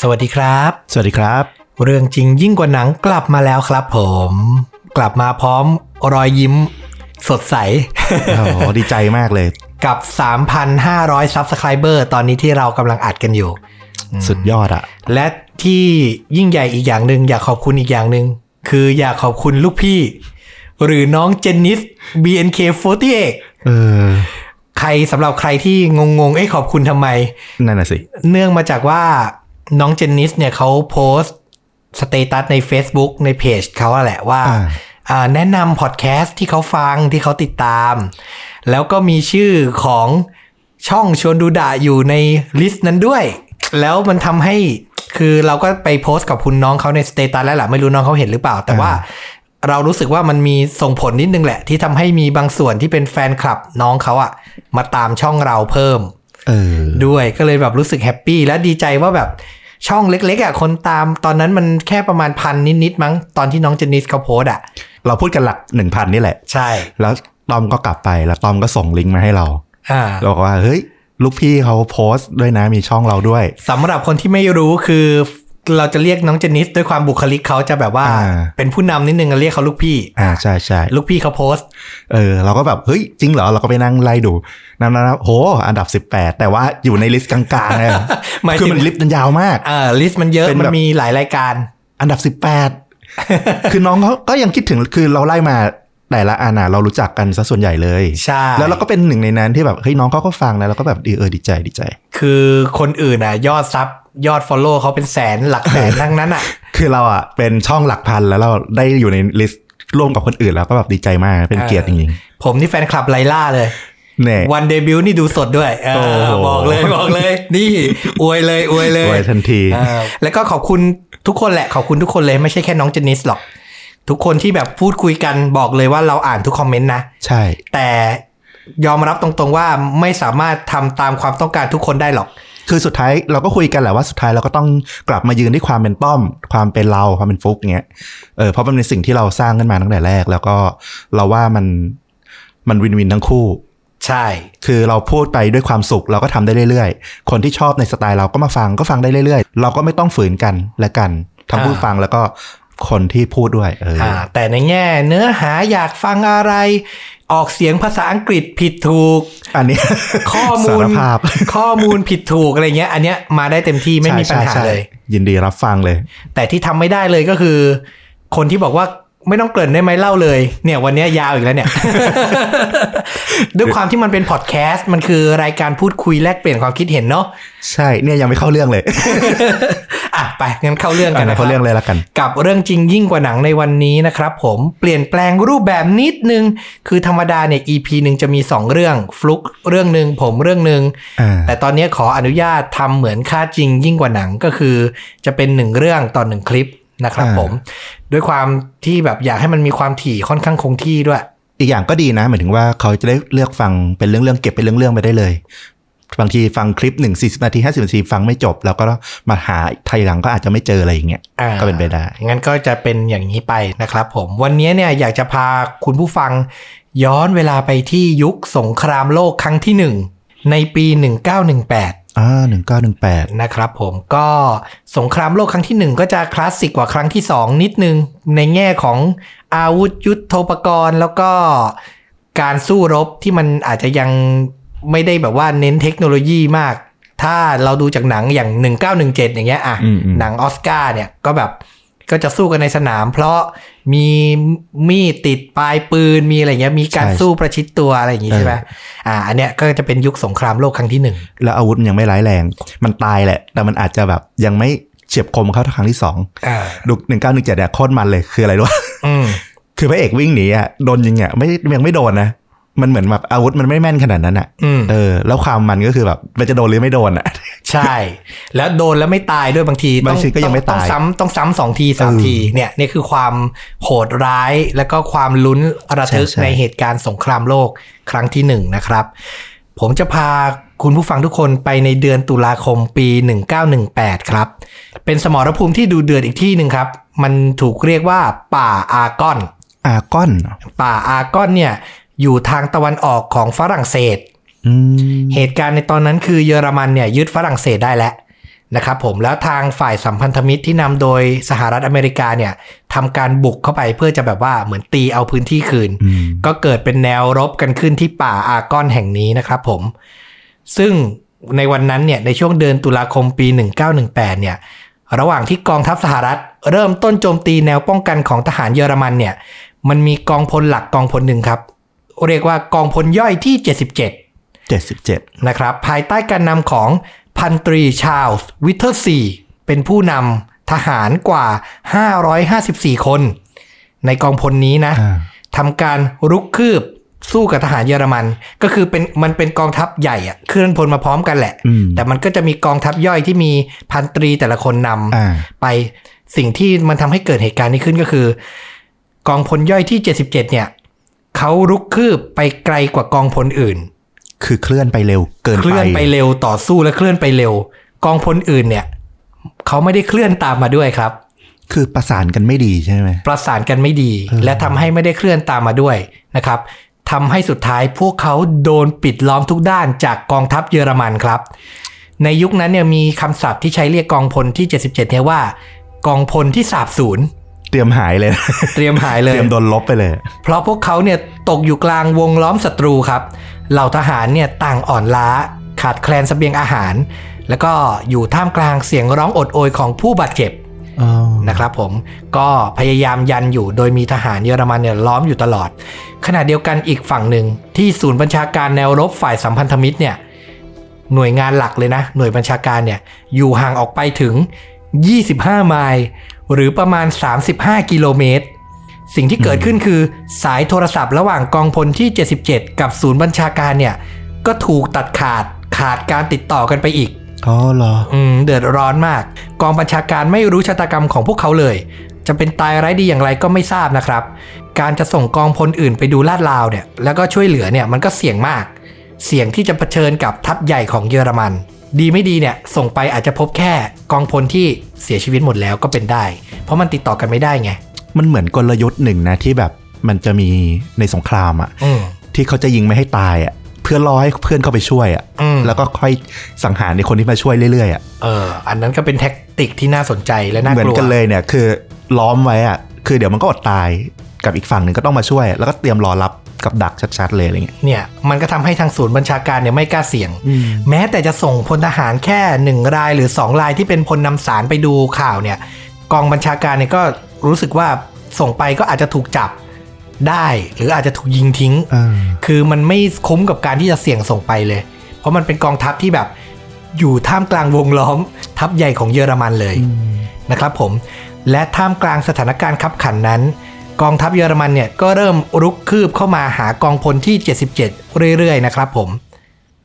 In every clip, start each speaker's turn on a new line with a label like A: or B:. A: สวัสดีครับ
B: สวัสดีครับ
A: เรื่องจริงยิ่งกว่าหนังกลับมาแล้วครับผม กลับมาพร้อมรอยยิ้มสดใส
B: โอ้โหดีใจมากเลย
A: กับ 3,500 Subscriber ตอนนี้ที่เรากำลังอัดกันอยู่
B: สุดยอดอะ
A: และที่ยิ่งใหญ่อีกอย่างหนึ่งอยากขอบคุณอีกอย่างหนึ่งคืออยากขอบคุณลูกพี่ หรือน้องเจนนิส BNK48
B: เออ
A: ใครสำหรับใครที่งงๆ เอ้ยขอบคุณทำไม
B: นั่นน่ะสิ
A: เนื่องมาจากว่าน้องเจนนิสเนี่ยเขาโพสต์สเตตัสใน Facebook ในเพจเขาอะแหละว่า
B: อ่า
A: อ่าแนะนำพอดแคสต์ที่เขาฟังที่เขาติดตาม แล้วก็มีชื่อของช่องชวนดูด่าอยู่ในลิสต์นั้นด้วย แล้วมันทำให้คือเราก็ไปโพสต์กับคุณน้องเขาในสเตตัสแล้วล่ะไม่รู้น้องเขาเห็นหรือเปล่า แต่ว่าเรารู้สึกว่ามันมีส่งผลนิดนึงแหละ ที่ทำให้มีบางส่วนที่เป็นแฟนคลับน้องเขาอะมาตามช่องเราเพิ่ม
B: เออ
A: ด้วยก็เลยแบบรู้สึกแฮปปี้และดีใจว่าแบบช่องเล็กๆอ่ะคนตามตอนนั้นมันแค่ประมาณพันนิดๆมั้งตอนที่น้องเจนนิสเขาโพสต์อ่ะ
B: เราพูดกันหลักหนึ่งพันนี่แหละ
A: ใช่
B: แล้วตอมก็กลับไปแล้วตอมก็ส่งลิงก์มาให้เรา
A: อ่า
B: เราบอกว่า เฮ้ย ลูกพี่เขาโพสต์ด้วยนะมีช่องเราด้วย
A: สำหรับคนที่ไม่รู้คือเราจะเรียกน้องเจนนิสด้วยความบุคลิกเขาจะแบบว่า
B: อ่า
A: เป็นผู้นำนิดนึงเรียกเขาลูกพี่
B: อ่าใช่ใช่
A: ลูกพี่เขาโพสต์
B: เออเราก็แบบ เฮ้ย จริงเหรอ เราก็ไปนั่งไล่ดูนั่นนะโห อันดับ 18 แต่ว่าอยู่ในลิสต์กลาง ๆเลย
A: หมายถึง
B: คือมันลิสต์มันยาวมาก
A: อ่าลิสต์มันเยอะ
B: เป็น
A: มั
B: แบบ
A: นมีหลายรายการ
B: อันดับ 18 คือน้องเขาก็ยังคิดถึงคือเราไล่มาแต่ละอันน่ะเรารู้จักกันซะส่วนใหญ่เลย
A: ใช่
B: แล้วเราก็เป็นหนึ่งในนั้นที่แบบเฮ้ยน้องเขาก็ฟังนะเราก็แบบดีเออดีใจดีใจ
A: คือคนอื่นอ่ะยอดซับยอดฟอลโล่เขาเป็นแสนหลักแสนทั้งนั้นอ่ะ
B: คือเราอ่ะเป็นช่องหลักพันแล้วเราได้อยู่ในลิสต์ร่วมกับคนอื่นแล้วก็แบบดีใจมากเป็นเกียรติจริง
A: ผมนี่แฟนคลับไลล่าเลย
B: ๆเนี่ย
A: วันเดบิวต์นี่ดูสดด้วยเออ
B: โอ้โห
A: บอกเลยบอกเลย นี่ อวยเลยอวยเลย
B: ไว้ทันที
A: เออแล้วก็ขอบคุณทุกคนแหละ ขอบคุณทุกคนเลยไม่ใช่แค่น้องเจนนิสหรอก ทุกคนที่แบบพูดคุยกันบอกเลยว่าเราอ่านทุกคอมเมนต์นะ
B: ใช่
A: แต่ยอมรับตรงๆว่าไม่สามารถทำตามความต้องการทุกคนได้หรอก
B: คือสุดท้ายเราก็คุยกันแหละว่าสุดท้ายเราก็ต้องกลับมายืนที่ความเป็นป้อม ความเป็นเราความเป็นฟุกเงี้ยเออเพราะมันเป็นสิ่งที่เราสร้างขึ้นมาตั้งแต่แรก แล้วก็เราว่ามันมันวินวินทั้งคู่
A: ใช่
B: คือเราพูดไปด้วยความสุขเราก็ทำได้เรื่อยๆ คนที่ชอบในสไตล์เราก็มาฟังก็ฟังได้เรื่อยๆ เราก็ไม่ต้องฝืนกันและกันทั้งผู้
A: อ่า
B: ฟังแล้วก็คนที่พูดด้วยเอออ
A: อ่าแต่ในแง่ เนื้อหาอยากฟังอะไร ออกเสียงภาษาอังกฤษผิดถูก
B: อันนี้
A: ข้อมูล
B: สารภาพ
A: ข้อมูลผิดถูกอะไรเงี้ย อันเนี้ยมาได้เต็มที่ไม่มีปัญหา
B: ใช่ใช่
A: เลย
B: ยินดีรับฟังเลย
A: แต่ที่ทำไม่ได้เลยก็คือ คนที่บอกว่าไม่ต้องเกริ่นได้ไหมเล่าเลย เนี่ย วันเนี้ยยาวอีกแล้วเนี่ย ด้วยความที่มันเป็นพอดแคสต์มันคือรายการพูดคุยแลกเปลี่ยนความคิดเห็นเนาะ
B: ใช่เนี่ยยังไม่เข้าเรื่องเลย
A: อ่ะไปงั้นเข้าเรื่องกัน
B: อ่ะ
A: นะค
B: เข้า
A: รับ
B: เรื่องเลยละกัน
A: กับเรื่องจริงยิ่งกว่าหนังในวันนี้นะครับ ผมเปลี่ยนแปลงรูปแบบนิดนึง คือธรรมดาเนี่ย EP หนึ่งจะมี 2 เรื่องฟลุกเรื่องหนึ่งผมเรื่องหนึ่ง
B: อ่า
A: แต่ตอนนี้ขออนุญาตทำเหมือนค่าจริงยิ่งกว่าหนังก็คือ จะเป็นหนึ่งเรื่องต่อหนึ่งคลิปนะครับ
B: อ่า
A: ผม ด้วยความที่แบบอยากให้มันมีความถี่ค่อนข้างคงที่ด้วย
B: อีกอย่างก็ดีนะหมายถึงว่าเขาจะได้เลือกฟังเป็นเรื่องๆเก็บเป็นเรื่องๆไปได้เลย บางทีฟังคลิปหนึ่งสี่สิบนาทีห้าสิบนาทีฟังไม่จบ แล้วก็มาหาไทยหลังก็อาจจะไม่เจออะไรอย่างเงี้ย
A: อ่า
B: ก็เป็นไปได้
A: งั้นก็จะเป็นอย่างนี้ไปนะครับผม วันนี้เนี่ยอยากจะพาคุณผู้ฟัง ย้อนเวลาไปที่ยุคสงครามโลกครั้งที่หนึ่งในปี 1918
B: อ่าหนึ่งเก้าหนึ่งแปด
A: นะครับผมก็สงครามโลกครั้งที่หนึ่งก็จะคลาสสิกกว่าครั้งที่สองนิดนึง ในแง่ของอาวุธยุทโธปกรณ์ แล้วก็การสู้รบที่มันอาจจะยังไม่ได้แบบว่าเน้นเทคโนโลยีมาก ถ้าเราดูจากหนังอย่าง 1917 อย่างเงี้ยอ่ะ
B: อืมอืม
A: หนังออสการ์เนี่ยก็แบบก็จะสู้กันในสนาม เพราะมีมีดติดปลายปืนมีอะไรเงี้ยมีการสู้ประชิดตัวอะไรอย่างงี้ใช่ไหมอ่าอันเนี้ยก็จะเป็นยุคสงครามโลกครั้งที่หนึ่ง
B: แล้วอาวุธมันยังไม่ร้ายแรง มันตายแหละ แต่มันอาจจะแบบยังไม่เฉียบคมเข้าครั้งที่สองดุกหนึ่งเก้าหนึ่งเจ็ดเนี่ยโคตรมันเลยคืออะไรรู้ปะ
A: อืม
B: คือพระเอกวิ่งหนีอ่ะโดนยิงอ่ะไม่ยังไม่โดนนะ มันเหมือนแบบอาวุธมันไม่แม่นขนาดนั้นอ่ะ
A: อืม
B: เออ แล้วความมันก็คือแบบมันจะโดนหรือไม่โดนอ่ะ
A: ใช่ แล้วโดนแล้วไม่ตายด้วยบางที
B: บางทีก็
A: ต้อ
B: ยังไม่
A: ต้อง
B: ตาย
A: ซ้ำต้องซ้ำสองทีสาม
B: เออ
A: ทีเนี่ยนี่คือความโหดร้ายแล้วก็ความลุ้นระทึก
B: ใช่
A: ใน
B: ใช่
A: เหตุการณ์สงครามโลกครั้งที่หนึ่งนะครับ ผมจะพาคุณผู้ฟังทุกคนไปในเดือนตุลาคมปี 1918 ครับ เป็นสมรภูมิที่ดูเดือดอีกที่หนึ่งครับ มันถูกเรียกว่าป่าอากอน
B: อาร์กอนเหรอ
A: ป่าอากอนเนี่ยอยู่ทางตะวันออกของฝรั่งเศส
B: อืม
A: เหตุการณ์ในตอนนั้นคือเยอรมันเนี่ยยึดฝรั่งเศสได้แล้ว นะครับผมแล้วทางฝ่ายสัมพันธมิตรที่นำโดยสหรัฐอเมริกาเนี่ยทำการบุกเข้าไปเพื่อจะแบบว่าเหมือนตีเอาพื้นที่คืน
B: อืม
A: ก็เกิดเป็นแนวรบกันขึ้นที่ป่าอากอนแห่งนี้นะครับผม ซึ่งในวันนั้นเนี่ยในช่วงเดือนตุลาคมปี 1918 เนี่ย ระหว่างที่กองทัพสหรัฐ เริ่มต้นโจมตีแนวป้องกันของทหารเยอรมันเนี่ย มันมีกองพลหลักกองพลหนึ่งครับ เรียกว่ากองพลย่อยที่ 77
B: เจ็ดสิบเจ็ด
A: นะครับภายใต้การนำของพันตรีชาลส์วิเทอร์ซีเป็นผู้นำทหารกว่า 554 คน ในกองพลนี้นะ
B: อ่า
A: ทำการรุกคืบสู้กับทหารเยอรมัน ก็คือเป็นมันเป็นกองทัพใหญ่อะเคลื่อนพลมาพร้อมกันแหละ
B: อืม
A: แต่มันก็จะมีกองทัพย่อยที่มีพันตรีแต่ละคนนำ
B: อ่า
A: ไปสิ่งที่มันทำให้เกิดเหตุการณ์นี้ขึ้นก็คือ กองพลย่อยที่ 77 เนี่ยเขารุกคืบไปไกลกว่ากองพลอื่น
B: คือเคลื่อนไปเร็วเกิน
A: เคลื่อนไปเร็วต่อสู้และเคลื่อนไปเร็ว กองพลอื่นเนี่ยเขาไม่ได้เคลื่อนตามมาด้วยครับ
B: คือประสานกันไม่ดีใช่ไหม
A: ประสานกันไม่ดี
B: เออ
A: และทำให้ไม่ได้เคลื่อนตามมาด้วยนะครับทำให้สุดท้ายพวกเขาโดนปิดล้อมทุกด้านจากกองทัพเยอรมันครับ ในยุคนั้นเนี่ยมีคำศัพท์ที่ใช้เรียกกองพลที่ 77 เนี่ยว่า กองพลที่สาบสูญ
B: เตรียมหายเลยนะ
A: เตรียมหายเลย
B: เตรียมโดนลบไปเลย
A: เพราะพวกเขาเนี่ยตกอยู่กลางวงล้อมศัตรูครับ เหล่าทหารเนี่ยต่างอ่อนล้า ขาดแคลนเสบียงอาหาร แล้วก็อยู่ท่ามกลางเสียงร้องโอดโอยของผู้บาดเจ็บ นะครับผมก็พยายามยันอยู่โดยมีทหารเยอรมันเนี่ยล้อมอยู่ตลอด ขณะเดียวกันอีกฝั่งหนึ่งที่ศูนย์บัญชาการแนวรบฝ่ายสัมพันธมิตรเนี่ยหน่วยงานหลักเลยนะ หน่วยบัญชาการเนี่ยอยู่ห่างออกไปถึง 25 ไมล์หรือประมาณ 35 กิโลเมตร สิ่งที่เกิดขึ้นคือสายโทรศัพท์ระหว่างกองพลที่ 77 กับศูนย์บัญชาการเนี่ยก็ถูกตัดขาดขาดการติดต่อกันไปอีก
B: อ๋อเหรอ
A: อืมเดือดร้อนมาก กองบัญชาการไม่รู้ชะตากรรมของพวกเขาเลย จะเป็นตายร้ายดีอย่างไรก็ไม่ทราบนะครับ การจะส่งกองพลอื่นไปดูลาดลาวเนี่ยแล้วก็ช่วยเหลือเนี่ยมันก็เสี่ยงมาก เสี่ยงที่จะเผชิญกับทัพใหญ่ของเยอรมัน ดีไม่ดีเนี่ยส่งไปอาจจะพบแค่กองพลที่เสียชีวิตหมดแล้วก็เป็นได้ เพราะมันติดต่อกันไม่ได้ไง
B: มันเหมือนกลยุทธ์หนึ่งนะที่แบบมันจะมีในสงครามอะ
A: อืม
B: ที่เขาจะยิงไม่ให้ตายอะเพื่อรอให้เพื่อนเข้าไปช่วยอะ
A: อืม
B: แล้วก็ค่อยสังหารในคนที่มาช่วยเรื่อยๆอะ
A: เอออันนั้นก็เป็นแท็กติกที่น่าสนใจและน่า
B: เหมื
A: ก
B: อน
A: ลัว
B: กันเลยเนี่ยคือล้อมไว้อะคือเดี๋ยวมันก็อดตายกับอีกฝั่งหนึ่งก็ต้องมาช่วย แล้วก็เตรียมรอรับกับดักชัดๆเลยอะไรเงี้ย
A: เนี่ยมันก็ทำให้ทางศูนย์บัญชาการเนี่ยไม่กล้าเสี่ยง แม้แต่จะส่งพลทหารแค่หนึ่งรายหรือสองรายที่เป็นพลนำสารไปดูข่าวเนี่ย กองบัญชาการเนี่ยก็รู้สึกว่าส่งไปก็อาจจะถูกจับได้ หรืออาจจะถูกยิงทิ้ง
B: เออ
A: คือมันไม่คุ้มกับการที่จะเสี่ยงส่งไปเลย เพราะมันเป็นกองทัพที่แบบอยู่ท่ามกลางวงล้อมทัพใหญ่ของเยอรมันเลย นะครับผมและท่ามกลางสถานการณ์ขับขันนั้น กองทัพเยอรมันเนี่ยก็เริ่มรุกคืบเข้ามาหากองพลที่ 77 เรื่อยๆ นะครับผม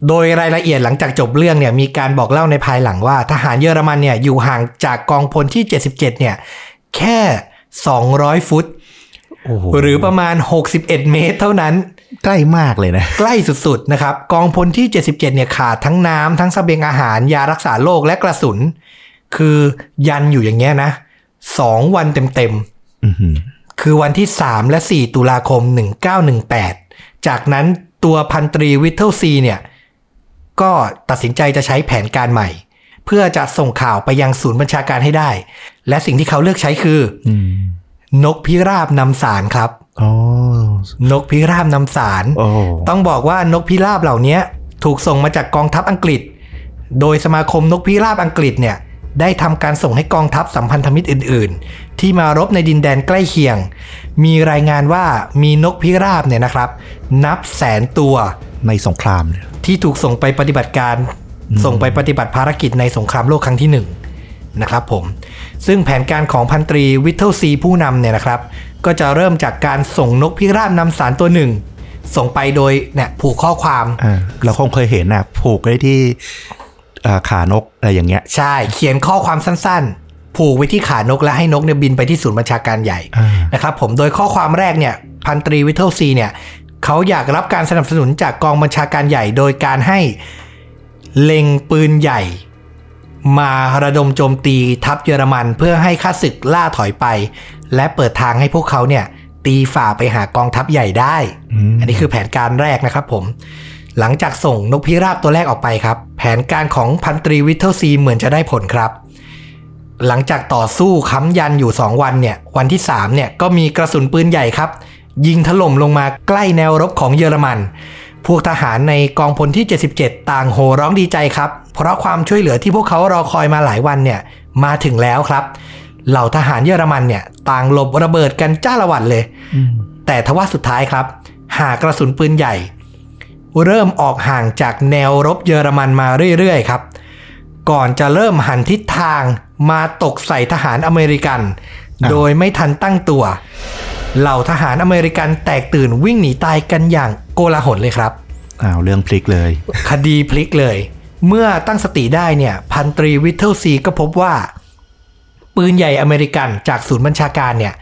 A: โดยรายละเอียดหลังจากจบเรื่องเนี่ยมีการบอกเล่าในภายหลังว่า ทหารเยอรมันเนี่ยอยู่ห่างจากกองพลที่ 77 เนี่ยแค่ 200 ฟุต
B: โอ้โห
A: หรือประมาณ 61 เมตรเท่านั้น
B: ใกล้มากเลยนะ
A: ใกล้สุดๆ นะครับ กองพลที่ 77 เนี่ยขาดทั้งน้ำทั้งเสบียงอาหาร ยารักษาโรคและกระสุน คือยันอยู่อย่างเงี้ยนะสองวันเต็ม
B: อื้อหือ
A: ๆ คือวันที่ 3 และ 4 ตุลาคม 1918 จากนั้นตัวพันตรีวิทเทิลซีเนี่ย ก็ตัดสินใจจะใช้แผนการใหม่ เพื่อจะส่งข่าวไปยังศูนย์บัญชาการให้ได้ และสิ่งที่เขาเลือกใช้คือ
B: อืม
A: นกพิราบนำสารครับ
B: อ๋อน
A: กพิราบนำสาร
B: โอ้
A: ต้องบอกว่านกพิราบเหล่านี้ถูกส่งมาจากกองทัพอังกฤษ โดยสมาคมนกพิราบอังกฤษเนี่ยได้ทำการส่งให้กองทัพสัมพันธมิตรอื่น ๆ ที่มารบในดินแดนใกล้เคียง มีรายงานว่ามีนกพิราบเนี่ยนะครับ นับแสนตัว
B: ในสงครามเนี่ย
A: ที่ถูกส่งไปปฏิบัติการ ส่งไปปฏิบัติภารกิจในสงครามโลกครั้งที่หนึ่งนะครับผม ซึ่งแผนการของพันตรีวิทเทิลซีผู้นำเนี่ยนะครับ ก็จะเริ่มจากการส่งนกพิราบนำสารตัวหนึ่ง ส่งไปโดยเนี่ยผูกข้อความ
B: อ่าเราคงเคยเห็นนะผูกไว้ที่อ่าขานกอะไรอย่างเงี้ย
A: ใช่ เขียนข้อความสั้นๆ ผูกไว้ที่ขานกและให้นกเนี่ยบินไปที่ศูนย์บัญชาการใหญ่
B: อ่า
A: นะครับผมโดยข้อความแรกเนี่ยพันตรีวิทเทิลซีเนี่ยเขาอยากรับการสนับสนุนจากกองบัญชาการใหญ่ โดยการให้เล็งปืนใหญ่ มาระดมโจมตีทัพเยอรมันเพื่อให้ข้าศึกล่าถอยไป และเปิดทางให้พวกเขาเนี่ยตีฝ่าไปหากองทัพใหญ่ได้
B: อืม
A: อันนี้คือแผนการแรกนะครับผม หลังจากส่งนกพิราบตัวแรกออกไปครับ แผนการของพันตรีวิทเทิลซีเหมือนจะได้ผลครับ หลังจากต่อสู้ค้ำยันอยู่ 2 วันเนี่ย วันที่ 3 เนี่ย ก็มีกระสุนปืนใหญ่ครับ ยิงถล่มลงมาใกล้แนวรบของเยอรมัน พวกทหารในกองพลที่ 77 ต่างโห่ร้องดีใจครับ เพราะความช่วยเหลือที่พวกเขารอคอยมาหลายวันเนี่ย มาถึงแล้วครับ เหล่าทหารเยอรมันเนี่ย ต่างหลบระเบิดกันจ้าละวันเลย แต่ทว่าสุดท้ายครับ หากกระสุนปืนใหญ่ เริ่มออกห่างจากแนวรบเยอรมันมาเรื่อยๆครับ ก่อนจะเริ่มหันทิศทางมาตกใส่ทหารอเมริกัน
B: อ่า
A: โดยไม่ทันตั้งตัว เหล่าทหารอเมริกันแตกตื่นวิ่งหนีตายกันอย่างโกลาหลเลยครับ
B: อ้าวเรื่องพลิกเลย
A: คดีพลิกเลย เมื่อตั้งสติได้เนี่ย พันตรีวิทเทิลซีก็พบว่า ปืนใหญ่อเมริกันจากศูนย์บัญชาการเนี่ย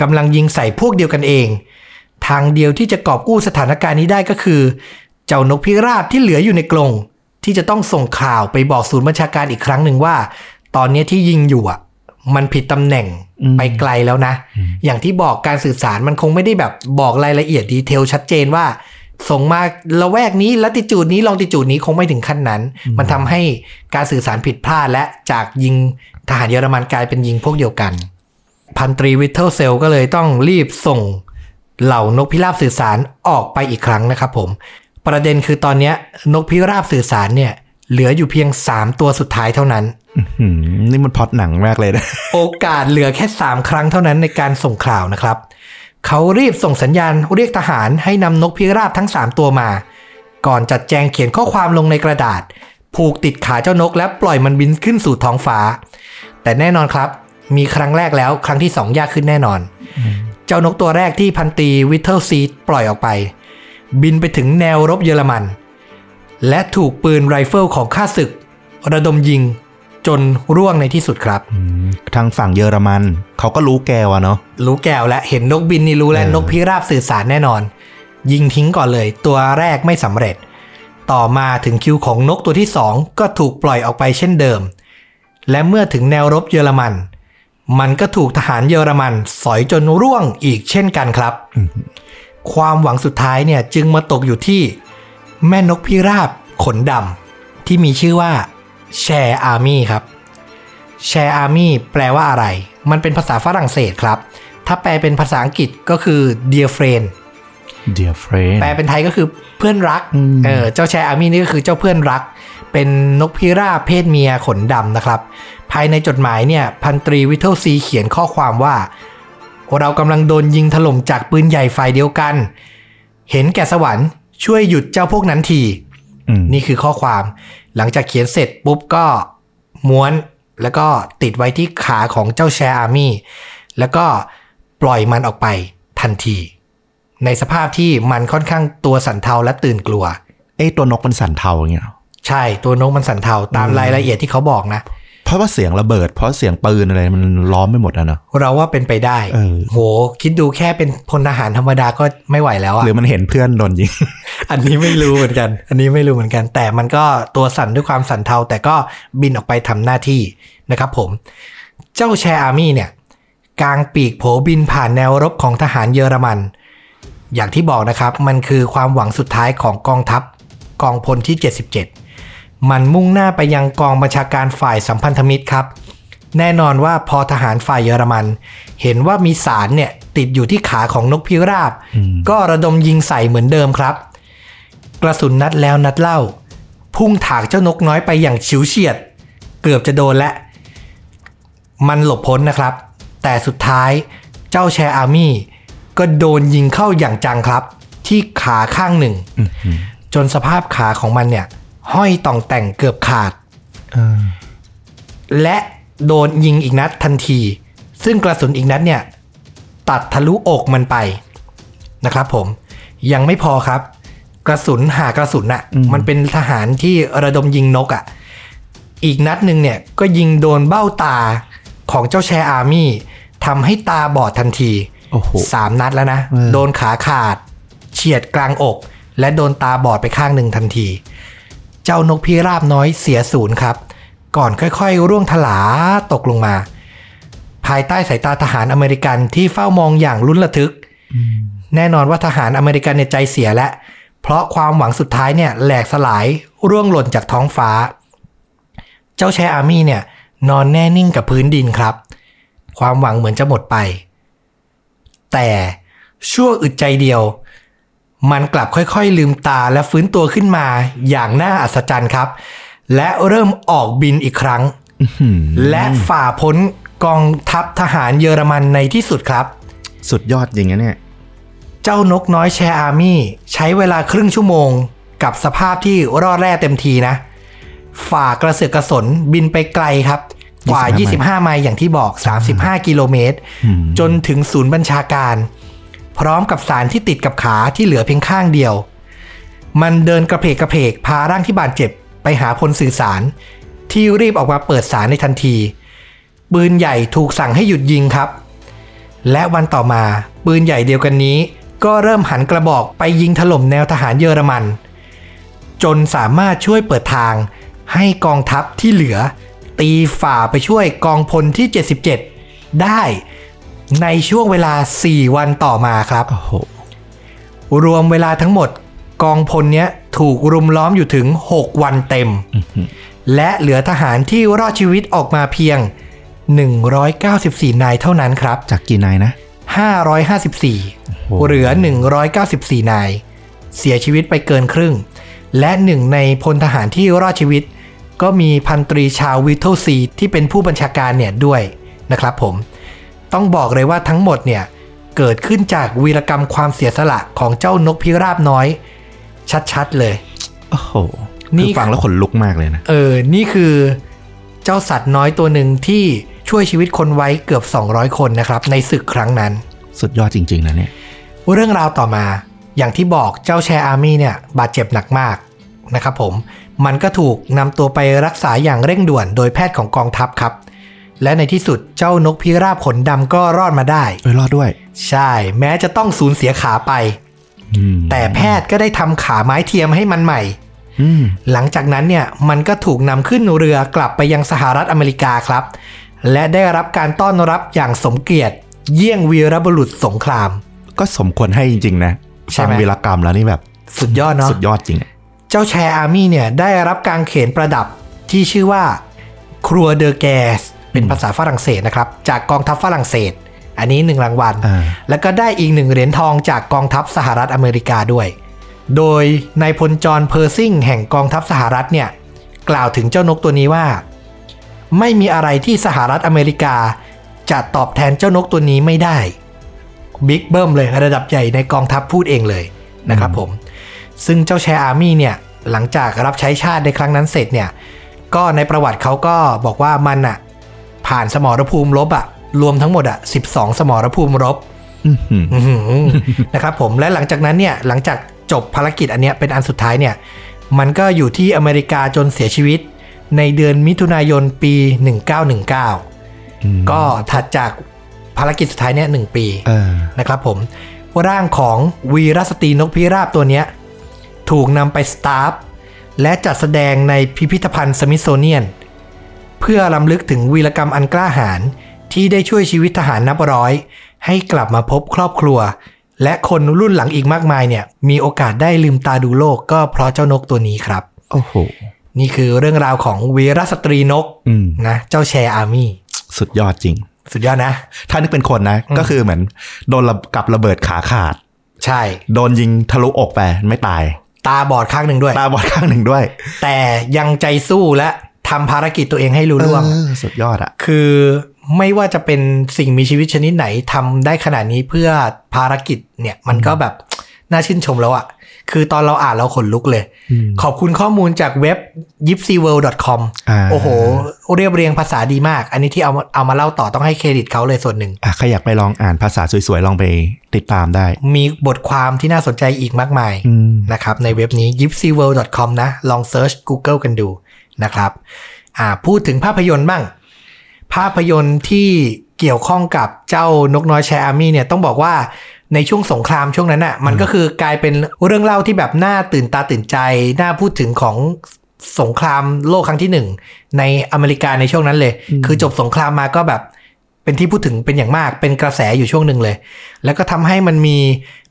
A: กำลังยิงใส่พวกเดียวกันเอง ทางเดียวที่จะกอบกู้สถานการณ์นี้ได้ก็คือ เจ้านกพิราบที่เหลืออยู่ในกรงที่จะต้องส่งข่าวไปบอกศูนย์บัญชาการอีกครั้งหนึ่งว่า ตอนเนี้ยที่ยิงอยู่อ่ะ มันผิดตำแหน่ง
B: อืม
A: ไปไกลแล้วนะ อย่างที่บอกการสื่อสารมันคงไม่ได้แบบบอกรายละเอียดดีเทลชัดเจนว่า ส่งมาละแวกนี้ละติจูดนี้ลองติจูดนี้คงไม่ถึงขั้นนั้น มันทำให้การสื่อสารผิดพลาดและจากยิงทหารเยอรมันกลายเป็นยิงพวกเดียวกัน พันตรีวิทเทิลเซลก็เลยต้องรีบส่งเหล่านกพิราบสื่อสารออกไปอีกครั้งนะครับผม ประเด็นคือตอนเนี้ยนกพิราบสื่อสารเนี่ยเหลืออยู่เพียง 3 ตัวสุดท้ายเท่านั้น
B: อืมนี่มันพล็อดหนังมากเลยนะ
A: โอกาสเหลือแค่ 3 ครั้งเท่านั้นในการส่งข่าวนะครับ เขารีบส่งสัญญาณเรียกทหารให้นำนกพิราบทั้ง 3 ตัวมา ก่อนจัดแจงเขียนข้อความลงในกระดาษ ผูกติดขาเจ้านกและปล่อยมันบินขึ้นสู่ท้องฟ้า แต่แน่นอนครับ มีครั้งแรกแล้วครั้งที่ 2 ยากขึ้นแน่นอน เจ้านกตัวแรกที่พันตรีวิทเทิลซีปล่อยออกไป บินไปถึงแนวรบเยอรมัน และถูกปืนไรเฟิลของข้าศึก ระดมยิงจนร่วงในที่สุดครับ
B: อืมทางฝั่งเยอรมันเขาก็รู้แกวอะเนาะ
A: รู้แก้วและเห็นนกบินนี่รู้แล้ว
B: เออ
A: นกพิราบสื่อสารแน่นอน ยิงทิ้งก่อนเลย ตัวแรกไม่สำเร็จ ต่อมาถึงคิวของนกตัวที่สองก็ถูกปล่อยออกไปเช่นเดิม และเมื่อถึงแนวรบเยอรมัน มันก็ถูกทหารเยอรมันสอยจนร่วงอีกเช่นกันครับ ความหวังสุดท้ายเนี่ยจึงมาตกอยู่ที่ แม่นกพิราบขนดำที่มีชื่อว่าแชร์อาร์มี่ครับ แชร์อาร์มี่แปลว่าอะไร มันเป็นภาษาฝรั่งเศสครับ ถ้าแปลเป็นภาษาอังกฤษก็คือ dear friend
B: Dear friend
A: แปลเป็นไทยก็คือเพื่อนรัก
B: อืม
A: เออ เจ้าแชร์อาร์มี่นี่ก็คือเจ้าเพื่อนรัก เป็นนกพิราบเพศเมียขนดำนะครับ ภายในจดหมายเนี่ย พันตรีวิทเทิลซีเขียนข้อความว่า เรากำลังโดนยิงถล่มจากปืนใหญ่ฝ่ายเดียวกัน เห็นแก่สวรรค์ช่วยหยุดเจ้าพวกนั้นที
B: อืม
A: นี่คือข้อความหลังจากเขียนเสร็จปุ๊บก็ม้วนแล้วก็ติดไว้ที่ขาของเจ้าแชร์อาร์มี่แล้วก็ปล่อยมันออกไปทันที ในสภาพที่มันค่อนข้างตัวสั่นเทาและตื่นกลัว
B: เอ้ยตัวนกมันสั่นเทาอย่างเงี้ยเหรอ
A: ใช่ตัวนกมันสั่นเทาตามรายละเอียดที่เขาบอกนะ
B: เพราะว่าเสียงระเบิด เพราะเสียงปืนอะไรมันล้อมไปหมดอะเนาะ
A: เราว่าเป็นไปได้
B: เออ
A: โห คิดดูแค่เป็นพลทหารธรรมดาก็ไม่ไหวแล้ว
B: ห
A: อะ
B: รือมันเห็นเพื่อนโดนยิง
A: อันนี้ไม่รู้เหมือนกัน อันนี้ไม่รู้เหมือนกัน แต่มันก็ตัวสั่นด้วยความสั่นเทา แต่ก็บินออกไปทำหน้าที่นะครับผม เจ้าแชร์อาร์มี่เนี่ยกางปีกโผบินผ่านแนวรบของทหารเยอรมัน อย่างที่บอกนะครับ มันคือความหวังสุดท้ายของกองทัพกองพลที่ 77 มันมุ่งหน้าไปยังกองบัญชาการฝ่ายสัมพันธมิตรครับ แน่นอนว่าพอทหารฝ่ายเยอรมัน เห็นว่ามีสารเนี่ยติดอยู่ที่ขาของนกพิราบ ก็ระดมยิงใส่เหมือนเดิมครับ กระสุนนัดแล้วนัดเล่า พุ่งถากเจ้านกน้อยไปอย่างฉิวเฉียด เกือบจะโดนและ มันหลบพ้นนะครับ แต่สุดท้ายเจ้าแชร์อาร์มี่ ก็โดนยิงเข้าอย่างจังครับ ที่ขาข้างหนึ่ง จนสภาพขาของมันเนี่ย ห้อยต่องแต่งเกือบขาด
B: เออ
A: และโดนยิงอีกนัดทันที ซึ่งกระสุนอีกนัดเนี่ย ตัดทะลุอกมันไปนะครับผมยังไม่พอครับ กระสุนหากระสุนน่ะ มันเป็นทหารที่ระดมยิงนกอ่ะ อีกนัดหนึ่งเนี่ยก็ยิงโดนเบ้าตาของเจ้าแชร์อาร์มี่ทำให้ตาบอดทันที
B: โอ้โห
A: สามนัดแล้วนะ
B: เออ
A: โดนขาขาด เฉียดกลางอก และโดนตาบอดไปข้างหนึ่งทันที เจ้านกพิราบน้อยเสียศูนย์ครับ ก่อนค่อยๆ ร่วงถลาตกลงมา ภายใต้สายตาทหารอเมริกันที่เฝ้ามองอย่างลุ้นระทึก แน่นอนว่าทหารอเมริกันเนี่ยใจเสียและ เพราะความหวังสุดท้ายเนี่ยแหลกสลายร่วงหล่นจากท้องฟ้า เจ้าแชร์อาร์มี่เนี่ย นอนแน่นิ่งกับพื้นดินครับ ความหวังเหมือนจะหมดไป แต่ชั่วอึดใจเดียว มันกลับค่อยๆ ลืมตาและฟื้นตัวขึ้นมาอย่างน่าอัศจรรย์ครับ และเริ่มออกบินอีกครั้ง และฝ่าพ้นกองทัพทหารเยอรมันในที่สุดครับ
B: สุดยอดจริงนะเนี่ย
A: เจ้านกน้อยแชร์อาร์มี่ ใช้เวลาครึ่งชั่วโมง กับสภาพที่ร่อแร่เต็มทีนะ ฝ่ากระเสือกกระสนบินไปไกลครับ กว่า 25 ไมล์อย่างที่บอก 35 กิโลเมตร จนถึงศูนย์บัญชาการ พร้อมกับสารที่ติดกับขาที่เหลือเพียงข้างเดียว มันเดินกระเพกกระเพกพาร่างที่บาดเจ็บไปหาพลสื่อสาร ที่รีบออกมาเปิดสารในทันที ปืนใหญ่ถูกสั่งให้หยุดยิงครับ และวันต่อมาปืนใหญ่เดียวกันนี้ ก็เริ่มหันกระบอกไปยิงถล่มแนวทหารเยอรมัน จนสามารถช่วยเปิดทาง ให้กองทัพที่เหลือ ตีฝ่าไปช่วยกองพลที่ 77 ได้ในช่วงเวลา 4 วันต่อมาครับ
B: โอ้โห
A: รวมเวลาทั้งหมดกองพลเนี้ยถูกรุมล้อมอยู่ถึง 6 วันเต็ม และเหลือทหารที่รอดชีวิตออกมาเพียง 194 นายเท่านั้นครับ
B: จากกี่นายนะ
A: 554 เหลือ 194 นาย เสียชีวิตไปเกินครึ่ง และหนึ่งในพลทหารที่รอดชีวิต ก็มีพันตรีชาววิทเทลซีที่เป็นผู้บัญชาการเนี่ยด้วยนะครับผม ต้องบอกเลยว่าทั้งหมดเนี่ย เกิดขึ้นจากวีรกรรมความเสียสละของเจ้านกพิราบน้อย ชัดๆเลย
B: โอ้โห
A: นี่
B: คือฟังแล้วขนลุกมากเลยนะ
A: เออ นี่คือเจ้าสัตว์น้อยตัวหนึ่งที่ช่วยชีวิตคนไว้เกือบ 200 คนนะครับ ในศึกครั้งนั้น
B: สุดยอดจริง ๆ นะเนี่ย
A: เรื่องราวต่อมาอย่างที่บอกเจ้าแชร์อาร์มี่เนี่ยบาดเจ็บหนักมากนะครับผม มันก็ถูกนำตัวไปรักษาอย่างเร่งด่วนโดยแพทย์ของกองทัพครับ และในที่สุดเจ้านกพิราบขนดำก็รอดมาได้
B: เอ้ยรอดด้วย
A: ใช่ แม้จะต้องสูญเสียขาไป
B: อืม
A: แต่แพทย์ก็ได้ทำขาไม้เทียมให้มันใหม่
B: อืม
A: หลังจากนั้นเนี่ยมันก็ถูกนำขึ้นเรือกลับไปยังสหรัฐอเมริกาครับ และได้รับการต้อนรับอย่างสมเกียรติ เยี่ยงวีรบุรุษสงคราม
B: ก็สมควรให้จริง ๆ นะ
A: ใช่
B: ฟั
A: ไหม
B: วีรกรรมแล้วนี่แบบ
A: สุดยอดเนาะ
B: สุดยอดจริงอะ
A: เจ้าแชร์อาร์มี่เนี่ยได้รับการเขนประดับที่ชื่อว่า ครัวเดอแกสเป็นภาษาฝรั่งเศสนะครับ จากกองทัพฝรั่งเศส อันนี้หนึ่งรางวัล
B: อ่า
A: แล้วก็ได้อีกหนึ่งเหรียญทองจากกองทัพสหรัฐอเมริกาด้วย โดยนายพลจอห์นเพอร์ซิงแห่งกองทัพสหรัฐเนี่ย กล่าวถึงเจ้านกตัวนี้ว่า ไม่มีอะไรที่สหรัฐอเมริกา จะตอบแทนเจ้านกตัวนี้ไม่ได้ บิ๊กเบิ้มเลยระดับใหญ่ในกองทัพพูดเองเลยนะครับผม ซึ่งเจ้าแชร์อาร์มี่เนี่ย หลังจากรับใช้ชาติในครั้งนั้นเสร็จเนี่ย ก็ในประวัติเขาก็บอกว่ามันอะผ่านสมรภูมิรบอะรวมทั้งหมดอะ12 สมรภูมิรบ
B: อื้อหือ
A: อื้อหือ นะครับผมและหลังจากนั้นเนี่ยหลังจากจบภารกิจอันเนี้ยเป็นอันสุดท้ายเนี่ยมันก็อยู่ที่อเมริกาจนเสียชีวิต ในเดือนมิถุนายนปี 1919 ก็ถัดจากภารกิจสุดท้ายเนี่ยหนึ่งปี
B: เออ
A: นะครับผมร่างของวีรสตรีนกพิราบตัวเนี้ยถูกนำไปสตาฟและจัดแสดงในพิพิธภัณฑ์สมิธโซเนียน เพื่อลำลึกถึงวีรกรรมอันกล้าหาญที่ได้ช่วยชีวิตทหารนับร้อย ให้กลับมาพบครอบครัว และคนรุ่นหลังอีกมากมายเนี่ยมีโอกาสได้ลืมตาดูโลกก็เพราะเจ้านกตัวนี้ครับ
B: โอ้โห
A: นี่คือเรื่องราวของวีรสตรีนก
B: อืม
A: นะเจ้าแชร์อาร์มี่
B: สุดยอดจริง
A: สุดยอดนะ
B: ถ้านึกเป็นคนนะ ก็คือเหมือนโดนระกับระเบิดขาขาด
A: ใช่
B: โดนยิงทะลุอกไปไม่ตาย
A: ตาบอดข้างหนึ่งด้วย
B: ตาบอดข้างหนึ่งด้วย
A: แต่ยังใจสู้และทำภารกิจตัวเองให้รู้ล่วง
B: เออสุดยอดอะ
A: คือไม่ว่าจะเป็นสิ่งมีชีวิตชนิดไหนทำได้ขนาดนี้เพื่อภารกิจเนี่ย มันก็แบบน่าชื่นชมแล้วอะคือตอนเราอ่านเราขนลุกเลย
B: อืม
A: ขอบคุณข้อมูลจากเว็บ gypsyworld.com
B: อ่า
A: โอ้โห เรียบเรียงภาษาดีมาก อันนี้ที่เอามาเอามาเล่าต่อต้องให้เครดิตเขาเลยส่วนหนึ่ง
B: อ่ะใครอยากไปลองอ่านภาษาสวยๆ ลองไปติดตามได้
A: มีบทความที่น่าสนใจอีกมากมาย
B: อืม
A: นะครับในเว็บนี้ gypsyworld.com นะ ลองเซิร์ช Google กันดูนะครับอ่าพูดถึงภาพยนตร์บ้าง ภาพยนตร์ที่เกี่ยวข้องกับเจ้านกน้อยแชร์อาร์มี่เนี่ยต้องบอกว่าในช่วงสงครามช่วงนั้นอ่ะมันก็คือกลายเป็นเรื่องเล่าที่แบบน่าตื่นตาตื่นใจ น่าพูดถึงของสงครามโลกครั้งที่หนึ่งในอเมริกาในช่วงนั้นเลย คือจบสงครามมาก็แบบ เป็นที่พูดถึงเป็นอย่างมาก เป็นกระแสอยู่ช่วงหนึ่งเลย แล้วก็ทำให้มันมี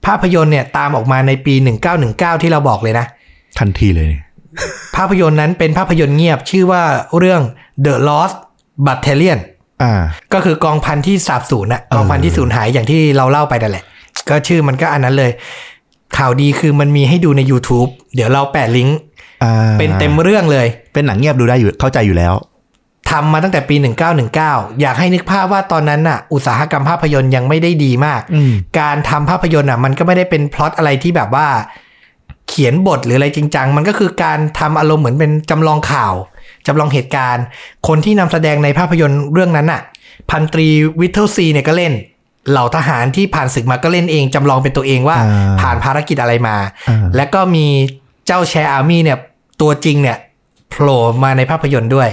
A: ภาพยนตร์เนี่ยตามออกมาในปี 1919 ที่เราบอกเลยนะ
B: ทันทีเลยเนี่ย
A: ภาพยนตร์นั้นเป็นภาพยนตร์เงียบชื่อว่าเรื่อง The Lost Battalion
B: อ่า
A: ก็คือกองพันที่สาบสูญนะกองพันที่สูญหายอย่างที่เราเล่าไปนั่นแหละ ก็ชื่อมันก็อันนั้นเลย ข่าวดีคือมันมีให้ดูใน YouTube เดี๋ยวเราแปะลิงก์
B: อ่า
A: เป็นเต็มเรื่องเลย
B: เป็นหนังเงียบดูได้อยู่เข้าใจอยู่แล้ว
A: ทำมาตั้งแต่ปี 1919 อยากให้นึกภาพว่าตอนนั้นน่ะ อุตสาหกรรมภาพยนตร์ยังไม่ได้ดีมาก
B: อืม
A: การทำภาพยนตร์อ่ะมันก็ไม่ได้เป็นพล็อตอะไรที่แบบว่า เขียนบทหรืออะไรจริงจัง มันก็คือการทำอารมณ์เหมือนเป็นจำลองข่าวจำลองเหตุการณ์ คนที่นำแสดงในภาพยนตร์เรื่องนั้นน่ะ พันตรีวิทเทิลซีเนี่ยก็เล่น เหล่าทหารที่ผ่านศึกมาก็เล่นเองจำลองเป็นตัวเองว่า
B: อ่า
A: ผ่านภารกิจอะไรมา
B: อ่า
A: และก็มีเจ้าแชร์อาร์มี่เนี่ยตัวจริงเนี่ยโผล่มาในภาพยนตร์ด้วย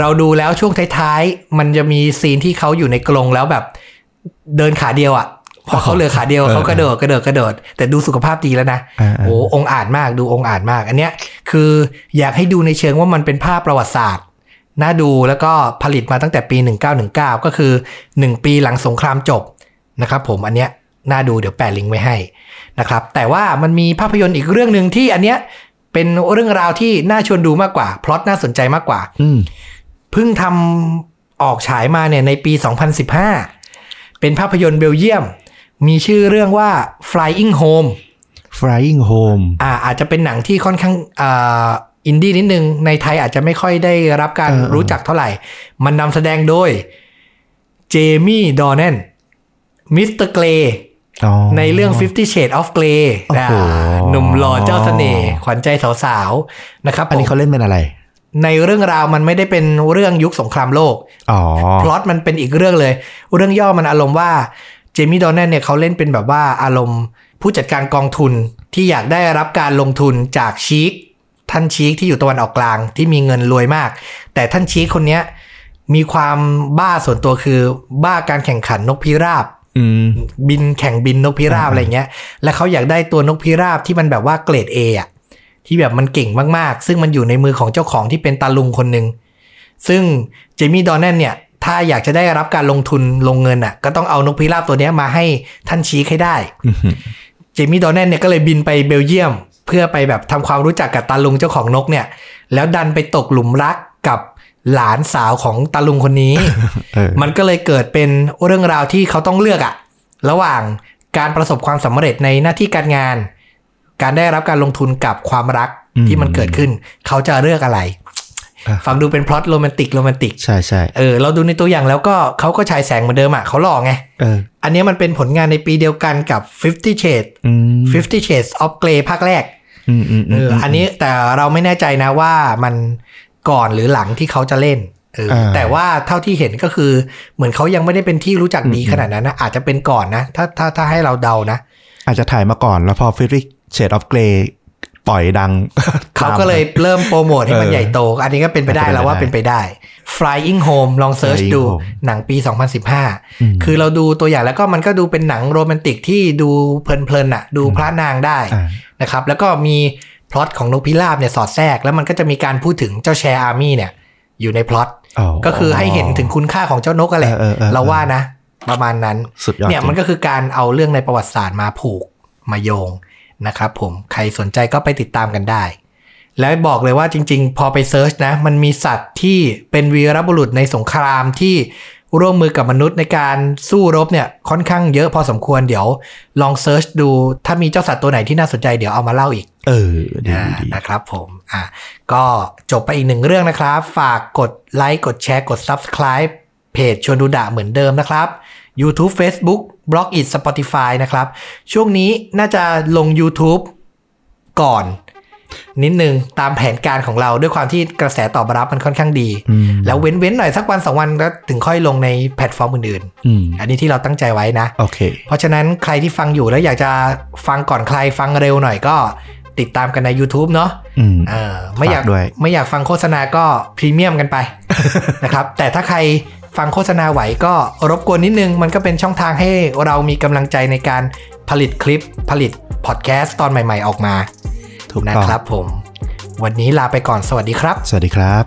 A: เราดูแล้วช่วงท้ายๆ มันจะมีซีนที่เขาอยู่ในกรงแล้วแบบเดินขาเดียวอะ่ะ พอเขาเหลือขาเดียว
B: เออ
A: เขากระโดดกระโดดกระโดด แต่ดูสุขภาพดีแล้วนะ
B: อ่าๆ
A: โอ้องอาจมากดูองอาจมาก อันเนี้ยคืออยากให้ดูในเชิงว่ามันเป็นภาพประวัติศาสตร์น่าดูแล้วก็ผลิตมาตั้งแต่ปี 1919 ก็คือ 1 ปีหลังสงครามจบนะครับผมอันเนี้ยน่าดูเดี๋ยวแปะลิงก์ไว้ให้ นะครับแต่ว่ามันมีภาพยนตร์อีกเรื่องหนึ่งที่อันเนี้ยเป็นเรื่องราวที่น่าชวนดูมากกว่าพล็อตน่าสนใจมากกว่า
B: อืม
A: เพิ่งทำออกฉายมาเนี่ยในปี 2015 เป็นภาพยนตร์เบลเยียม มีชื่อเรื่องว่า Flying Home
B: flying home
A: อ่าอาจจะเป็นหนังที่ค่อนข้างอ่าอินดี้นิดนึง ในไทยอาจจะไม่ค่อยได้รับการ
B: เออเออ
A: รู้จักเท่าไหร่ มันนำแสดงโดยเจมี่ดอนแนนมิสเตอร์เกร
B: อ๋อ
A: ในเรื่อง Fifty Shades of Grey
B: โอ้
A: นะ
B: โห
A: หนุ่มหล่อเจ้าเสน่ห์ขวัญใจสาวๆ นะครับ
B: อันนี้
A: ผม
B: เขาเล่นเป็นอะไร
A: ในเรื่องราวมันไม่ได้เป็นเรื่องยุคสงครามโลก
B: อ๋อ
A: พล็อตมันเป็นอีกเรื่องเลย เรื่องย่อมันอารมณ์ว่าเจมี่ดอนแนนเนี่ยเขาเล่นเป็นแบบว่าอารมณ์ผู้จัดการกองทุนที่อยากได้รับการลงทุนจากชีคท่านชีคที่อยู่ตะวันออกกลางที่มีเงินรวยมาก แต่ท่านชีคคนเนี้ยมีความบ้าส่วนตัวคือบ้าการแข่งขันนกพิราบ
B: อืม
A: บินแข่งบินนกพิราบอะไรเงี้ย แล้วเขาอยากได้ตัวนกพิราบที่มันแบบว่าเกรดเออะที่แบบมันเก่งมากๆ ซึ่งมันอยู่ในมือของเจ้าของที่เป็นตาลุงคนหนึ่ง ซึ่งเจมี่ดอนแนนเนี่ย ถ้าอยากจะได้รับการลงทุนลงเงินอ่ะ ก็ต้องเอานกพิราบตัวเนี้ยมาให้ท่านชี้ให้ได้ เจมี่ดอนแนนเนี่ยก็เลยบินไปเบลเยียม เพื่อไปแบบทำความรู้จักกับตาลุงเจ้าของนกเนี่ย แล้วดันไปตกหลุมรักกับหลานสาวของตาลุงคนนี้
B: เออ
A: มันก็เลยเกิดเป็นเรื่องราวที่เขาต้องเลือกอะระหว่างการประสบความสำเร็จในหน้าที่การงาน การได้รับการลงทุนกับความรัก
B: อืม
A: ที่มันเกิดขึ้น เขาจะเลือกอะไร ฟังดูเป็นพล็อตโรแมนติกโรแมนติก
B: ใช่ใช่
A: เออเราดูในตัวอย่างแล้วก็เขาก็ฉายแสงเหมือนเดิมอะเขาหล่อไง
B: เออ
A: อันเนี้ยมันเป็นผลงานในปีเดียวกันกับ Fifty Shades
B: อืม
A: Fifty Shades of Grey ภาคแรก
B: อืมอืม
A: เอออันนี้แต่เราไม่แน่ใจนะว่ามันก่อนหรือหลังที่เขาจะเล่นเอออา แต่ว่าเท่าที่เห็นก็คือเหมือนเขายังไม่ได้เป็นที่รู้จักดีขนาดนั้นนะอาจจะเป็นก่อนนะ ถ้าถ้าถ้าให้เราเดานะ
B: อาจจะถ่ายมาก่อนแล้วพอ Fifty Shades of Grey ปล่อยดัง
A: เขาก็เลยเริ่มโปรโมทให้มัน
B: เออ
A: ใหญ่โต อันนี้ก็เป็นไปได้
B: เป็นไปได้
A: แล้วว่าเป็นไปได้ Flying Home ลองเซิร์ช
B: Flying
A: ดู
B: Home
A: หนังปี
B: อืม
A: 2015 คือเราดูตัวอย่างแล้วก็มันก็ดูเป็นหนังโรแมนติกที่ดูเพลินๆน่ะ ดูพระนางได้
B: อ่า
A: นะครับ แล้วก็มีพล็อตของนกพิราบเนี่ยสอดแทรก แล้วมันก็จะมีการพูดถึงเจ้าแชร์อาร์มี่เนี่ย อยู่ในพล็อต ก็คือให้เห็นถึงคุณค่าของเจ้านกอะแหละ
B: เออเออเออ
A: เราว่านะ ประมาณนั้น
B: สุดยอด
A: เนี่ย
B: จริง
A: มันก็คือการเอาเรื่องในประวัติศาสตร์มาผูกมาโยงนะครับผมใครสนใจก็ไปติดตามกันได้ แล้วบอกเลยว่าจริง ๆ พอไปเซิร์ชนะ มันมีสัตว์ที่เป็นวีรบุรุษในสงครามที่ร่วมมือกับมนุษย์ในการสู้รบเนี่ยค่อนข้างเยอะพอสมควรเดี๋ยวลองเซิร์ชดูถ้ามีเจ้าสัตว์ตัวไหนที่น่าสนใจเดี๋ยวเอามาเล่าอีก
B: เออดี
A: อ่า
B: ดี
A: นะครับผมอ่ะก็จบไปอีกหนึ่งเรื่องนะครับ ฝากกดไลค์กดแชร์กด Subscribe เพจชวนดูดะเหมือนเดิมนะครับ YouTube Facebook b l o g i t Spotify นะครับ ช่วงนี้น่าจะลง YouTube ก่อน นิดนึงตามแผนการของเราด้วยความที่กระแสตอบรับมันค่อนข้างดี
B: อืม
A: แล้วเว้นๆหน่อยสักวันสองวันก็ถึงค่อยลงในแพลตฟอร์มอื่น
B: อืม
A: ๆ อันนี้ที่เราตั้งใจไว้นะ
B: โอเค
A: เพราะฉะนั้นใครที่ฟังอยู่แล้วอยากจะฟังก่อนใครฟังเร็วหน่อยก็ติดตามกันใน YouTube เนาะ
B: อืม
A: เออไม่อยาก
B: ฝากด้วย
A: ไม่อยากฟังโฆษณาก็พรีเมียม กันไป นะครับ แต่ถ้าใครฟังโฆษณาไหวก็รบกวนนิดนึง มันก็เป็นช่องทางให้เรามีกำลังใจในการผลิตคลิปผลิตพอดแคสต์ตอนใหม่ๆออกมา
B: ถูก
A: นะ
B: ต้อง
A: ครับผม วันนี้ลาไปก่อนสวัสดีครับ
B: สวัสดีครับ